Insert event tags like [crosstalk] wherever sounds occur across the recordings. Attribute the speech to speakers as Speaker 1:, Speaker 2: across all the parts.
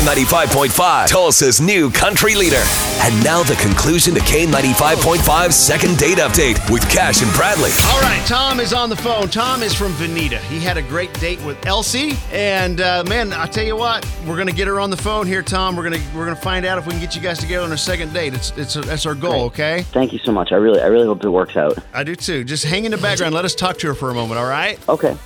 Speaker 1: K95.5, Tulsa's new country leader. And now the conclusion to K95.5's second date update with Cash and Bradley.
Speaker 2: All right, Tom is on the phone. Tom is from Veneta. He had a great date with Elsie, and uh, man, I tell you what, we're gonna get her on the phone here, Tom. We're gonna we're gonna find out if we can get you guys together on a second date. It's it's that's our goal, okay?
Speaker 3: Thank you so much. I really, I really hope it works out.
Speaker 2: I do too. Just hang in the background. Let us talk to her for a moment. All right?
Speaker 3: Okay.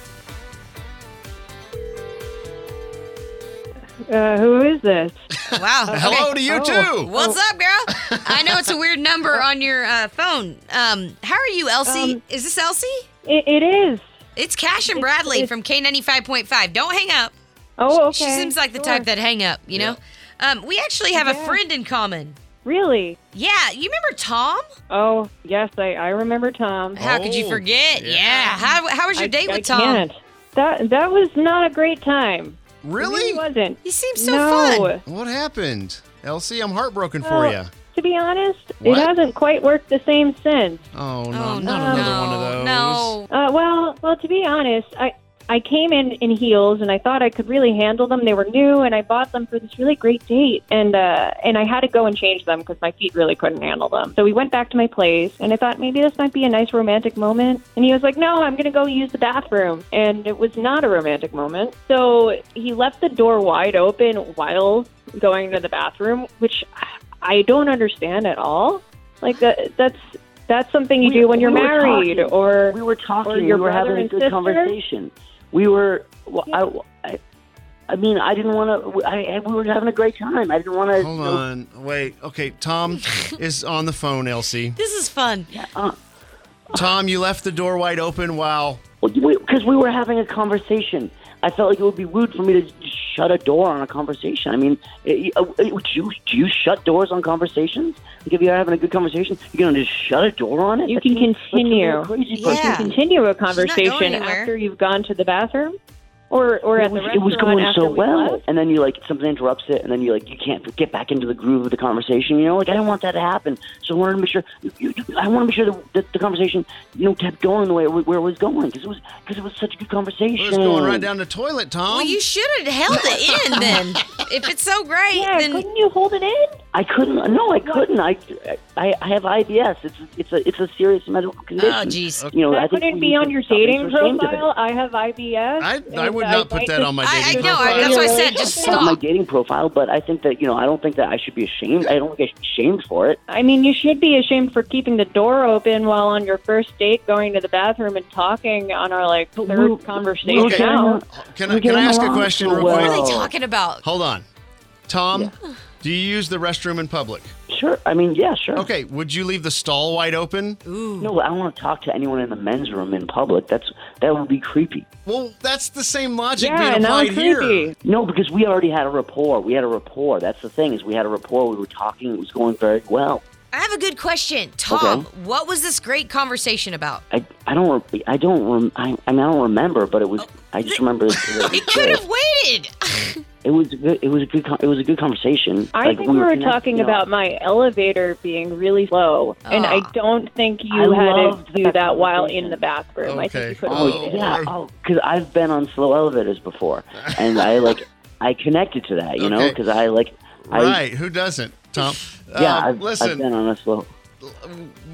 Speaker 4: Uh, who is this?
Speaker 5: Wow.
Speaker 2: [laughs] Hello
Speaker 5: Okay.
Speaker 2: to you
Speaker 4: Oh.
Speaker 2: too.
Speaker 5: What's
Speaker 2: [laughs]
Speaker 5: up, girl? I know it's a weird number on your uh, phone. Um, how are you, Elsie?
Speaker 4: Um,
Speaker 5: Is this Elsie?
Speaker 4: It, it is.
Speaker 5: It's Cash and Bradley from K95.5. Don't hang up.
Speaker 4: Oh, okay.
Speaker 5: She seems like the
Speaker 4: Sure.
Speaker 5: type that hang up, you know? Um, we actually have a friend in common.
Speaker 4: Really?
Speaker 5: Yeah, you remember Tom?
Speaker 4: Oh, yes, I, I remember Tom.
Speaker 5: How could you
Speaker 2: Oh,
Speaker 5: forget?
Speaker 2: yeah.
Speaker 5: Yeah. How how was your
Speaker 4: I,
Speaker 5: date
Speaker 4: I
Speaker 5: with Tom?
Speaker 4: Can't. That that was not a great time. It
Speaker 2: Really?
Speaker 4: wasn't.
Speaker 5: He seems so
Speaker 4: no.
Speaker 5: fun.
Speaker 2: What happened, Elsie? I'm heartbroken for
Speaker 5: Oh.
Speaker 4: Well,
Speaker 2: you.
Speaker 4: To be honest,
Speaker 2: What?
Speaker 4: it hasn't quite worked the same since.
Speaker 2: Oh no,
Speaker 5: Oh,
Speaker 2: not
Speaker 5: no,
Speaker 2: another
Speaker 5: no,
Speaker 2: one of those.
Speaker 5: No.
Speaker 4: Uh, well, well, to be honest, I I came in in heels and I thought I could really handle them. They were new and I bought them for this really great date and uh, and I had to go and change them because my feet really couldn't handle them. So we went back to my place and I thought maybe this might be a nice romantic moment. And he was like, "No, I'm going to go use the bathroom." And it was not a romantic moment. So he left the door wide open while going to the bathroom, which I don't understand at all. Like that, that's that's something you
Speaker 3: We-
Speaker 4: do when you're
Speaker 3: we were
Speaker 4: married
Speaker 3: talking.
Speaker 4: or
Speaker 3: We were talking.
Speaker 4: your
Speaker 3: we were
Speaker 4: brother
Speaker 3: having a
Speaker 4: and
Speaker 3: good
Speaker 4: sister?
Speaker 3: conversation. We were. Well, I, I, I mean, I didn't want to. I, I- we were having a great time. I didn't want to.
Speaker 2: Hold on. Wait. Okay.
Speaker 5: [laughs]
Speaker 2: Tom is on the phone, Elsie.
Speaker 5: This is fun.
Speaker 2: Tom, you left the door wide open while.
Speaker 3: Because we were having a conversation. I felt like it would be rude for me to shut a door on a conversation. I mean, eh, it, it, it- do, you, do you shut doors on conversations? Like if you're having a good conversation, you're going to just shut a door on it?
Speaker 4: You
Speaker 3: That
Speaker 4: can
Speaker 3: seems- that's a
Speaker 4: continue.
Speaker 3: crazy
Speaker 5: Yeah.
Speaker 3: person.
Speaker 4: continue a
Speaker 5: not going
Speaker 4: conversation
Speaker 5: anywhere.
Speaker 4: after you've gone to the bathroom or or at
Speaker 3: it was,
Speaker 4: the restaurant
Speaker 3: it was going
Speaker 4: after
Speaker 3: so
Speaker 4: we
Speaker 3: well,
Speaker 4: left?
Speaker 3: and then you like something interrupts it, and then you like you can't get back into the groove of the conversation. You know, like I don't want that to happen, so I wanted to make sure. You, you- I want to make sure that, that the conversation, you know, kept going the way it, wa- where it was going because it was because it was such a good conversation.
Speaker 2: It was going
Speaker 3: Hmm.
Speaker 2: right down the toilet, Tom.
Speaker 5: Well, you should have held it in
Speaker 2: [laughs]
Speaker 5: then. if it's so great,
Speaker 4: yeah
Speaker 5: then
Speaker 4: couldn't you hold it in
Speaker 3: I couldn't. No, I couldn't. I, I, I have IBS. It's it's a it's a serious
Speaker 2: Ah,
Speaker 3: medical condition.
Speaker 5: Oh, jeez.
Speaker 3: You know, I
Speaker 4: that
Speaker 3: think
Speaker 4: couldn't
Speaker 3: we
Speaker 4: be
Speaker 3: need
Speaker 4: on
Speaker 3: to
Speaker 4: your
Speaker 3: stop being
Speaker 4: dating
Speaker 3: so ashamed of it.
Speaker 4: profile i have ibs
Speaker 2: I, I
Speaker 4: and
Speaker 2: would not
Speaker 4: I'd
Speaker 2: put
Speaker 4: like
Speaker 2: that
Speaker 4: to-
Speaker 2: on my
Speaker 5: I, I
Speaker 2: dating
Speaker 5: know.
Speaker 2: profile.
Speaker 5: I, that's why I said just
Speaker 3: It's not my
Speaker 5: stop.
Speaker 3: dating profile, but I think that you know I don't think that I should be ashamed. I don't think I should be shamed for it.
Speaker 4: i mean you should be ashamed for keeping the door open while on your first date going to the bathroom and talking on our like
Speaker 3: But
Speaker 4: third
Speaker 3: we're-
Speaker 4: conversation
Speaker 3: we're
Speaker 4: out.
Speaker 2: Can I,
Speaker 3: We're
Speaker 2: can I
Speaker 3: getting
Speaker 2: ask a
Speaker 3: along
Speaker 2: question
Speaker 3: so
Speaker 2: real
Speaker 5: What
Speaker 2: quick?
Speaker 3: well.
Speaker 5: are they talking about?
Speaker 2: Hold on. Tom, do you use the restroom in public?
Speaker 3: Sure. I mean, yeah, sure.
Speaker 2: Okay, would you leave the stall wide open?
Speaker 3: No, I don't want to talk to anyone in the men's room in public. That's that would be creepy.
Speaker 2: Well, that's the same logic
Speaker 4: yeah
Speaker 2: being
Speaker 4: and that
Speaker 2: applied
Speaker 4: was
Speaker 2: here.
Speaker 4: creepy
Speaker 3: No, because we already had a rapport. We had a rapport. That's the thing is we had a rapport. We were talking. It was going very well.
Speaker 5: I have a good question, Tom. What was this great conversation about?
Speaker 3: I, I don't re- I don't rem, I, I mean I don't remember, but it was
Speaker 2: Oh,
Speaker 3: I just
Speaker 2: [laughs]
Speaker 3: remember it, was
Speaker 5: We [laughs] could
Speaker 3: good.
Speaker 5: have waited.
Speaker 3: it was good, it was a good con- it was a good conversation.
Speaker 4: I
Speaker 3: Like,
Speaker 4: think we were
Speaker 3: connect-
Speaker 4: talking
Speaker 3: you know,
Speaker 4: about my elevator being really low, and I
Speaker 5: Ah.
Speaker 4: don't think
Speaker 3: I
Speaker 4: you had
Speaker 3: loved
Speaker 4: to do
Speaker 3: that
Speaker 4: that while
Speaker 3: conversation.
Speaker 4: in the bathroom. I think
Speaker 2: Okay.
Speaker 4: you could have
Speaker 3: Oh
Speaker 4: waited.
Speaker 3: yeah, oh, because I've been on slow
Speaker 2: [laughs]
Speaker 3: elevators before, and I like I connected to that, you know,
Speaker 2: Okay.
Speaker 3: because I like I
Speaker 2: Right, who doesn't, Tom?
Speaker 3: yeah
Speaker 2: Um,
Speaker 3: I've- I've,
Speaker 2: listen,
Speaker 3: been on a slow.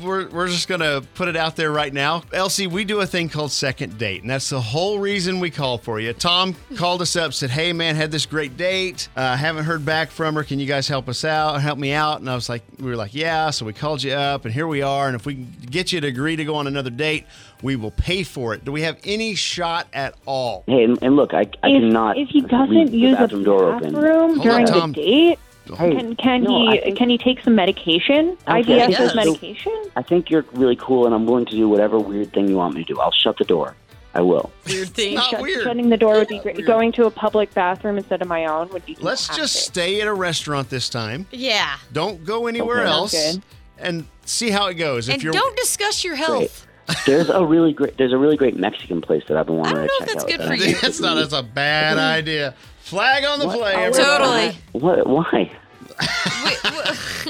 Speaker 2: we're, we're just going to put it out there right now. Elsie, we do a thing called second date, and that's the whole reason we called for you. Tom called us up, said, Hey, man, had this great date. Uh, haven't heard back from her. Can you guys help us out? Help me out. And I was like, We were like, Yeah. So we called you up, and here we are. And if we can get you to agree to go on another date, we will pay for it. Do we have any shot at all?
Speaker 3: Hey, and, and look, I, I
Speaker 4: if,
Speaker 3: cannot.
Speaker 4: if he
Speaker 3: leave
Speaker 4: doesn't
Speaker 3: the
Speaker 4: use
Speaker 3: bathroom
Speaker 4: a
Speaker 3: door open.
Speaker 4: bathroom
Speaker 2: Hold on,
Speaker 4: during
Speaker 2: Tom.
Speaker 4: the date,
Speaker 3: Hey,
Speaker 4: can can
Speaker 3: no, I
Speaker 4: he
Speaker 3: think-
Speaker 4: can he take some medication?
Speaker 3: I think-
Speaker 4: IVF
Speaker 5: Yes.
Speaker 4: is medication.
Speaker 3: I think you're really cool, and I'm willing to do whatever weird thing you want me to do. I'll shut the door. I
Speaker 5: [laughs]
Speaker 3: will.
Speaker 5: Weird thing.
Speaker 2: Not
Speaker 4: Shut-
Speaker 2: weird.
Speaker 4: Shutting the door would be great. Going to a public bathroom instead of my own would be.
Speaker 2: Let's just
Speaker 4: fantastic.
Speaker 2: stay at a restaurant this time.
Speaker 5: [laughs] Yeah.
Speaker 2: Don't go anywhere
Speaker 3: Okay.
Speaker 2: else.
Speaker 4: Sounds good.
Speaker 2: And see how it goes.
Speaker 5: And don't discuss your health.
Speaker 3: There's a really great there's a really great Mexican place that I've been wanting
Speaker 5: I don't
Speaker 3: to check
Speaker 5: know if that's
Speaker 3: out.
Speaker 5: good
Speaker 3: that
Speaker 5: for
Speaker 2: [laughs]
Speaker 3: I
Speaker 5: you.
Speaker 3: think
Speaker 2: That's
Speaker 3: would
Speaker 2: not.
Speaker 3: be-
Speaker 2: That's a bad idea. Flag on the
Speaker 3: What?
Speaker 2: play. everybody.
Speaker 5: Totally.
Speaker 3: What? Why?
Speaker 5: Wait, wh-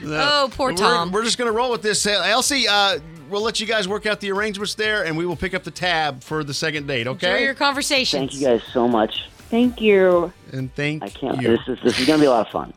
Speaker 2: No.
Speaker 5: Oh, poor
Speaker 2: We're-
Speaker 5: Tom.
Speaker 2: We're, just gonna roll with this, Elsie. Uh, we'll let you guys work out the arrangements there, and we will pick up the tab for the second date.
Speaker 5: Enjoy
Speaker 2: Okay.
Speaker 5: your conversations.
Speaker 3: Thank you guys so much.
Speaker 4: Thank you.
Speaker 2: And thank
Speaker 3: I can't.
Speaker 2: you.
Speaker 3: This is this is gonna be a lot of fun.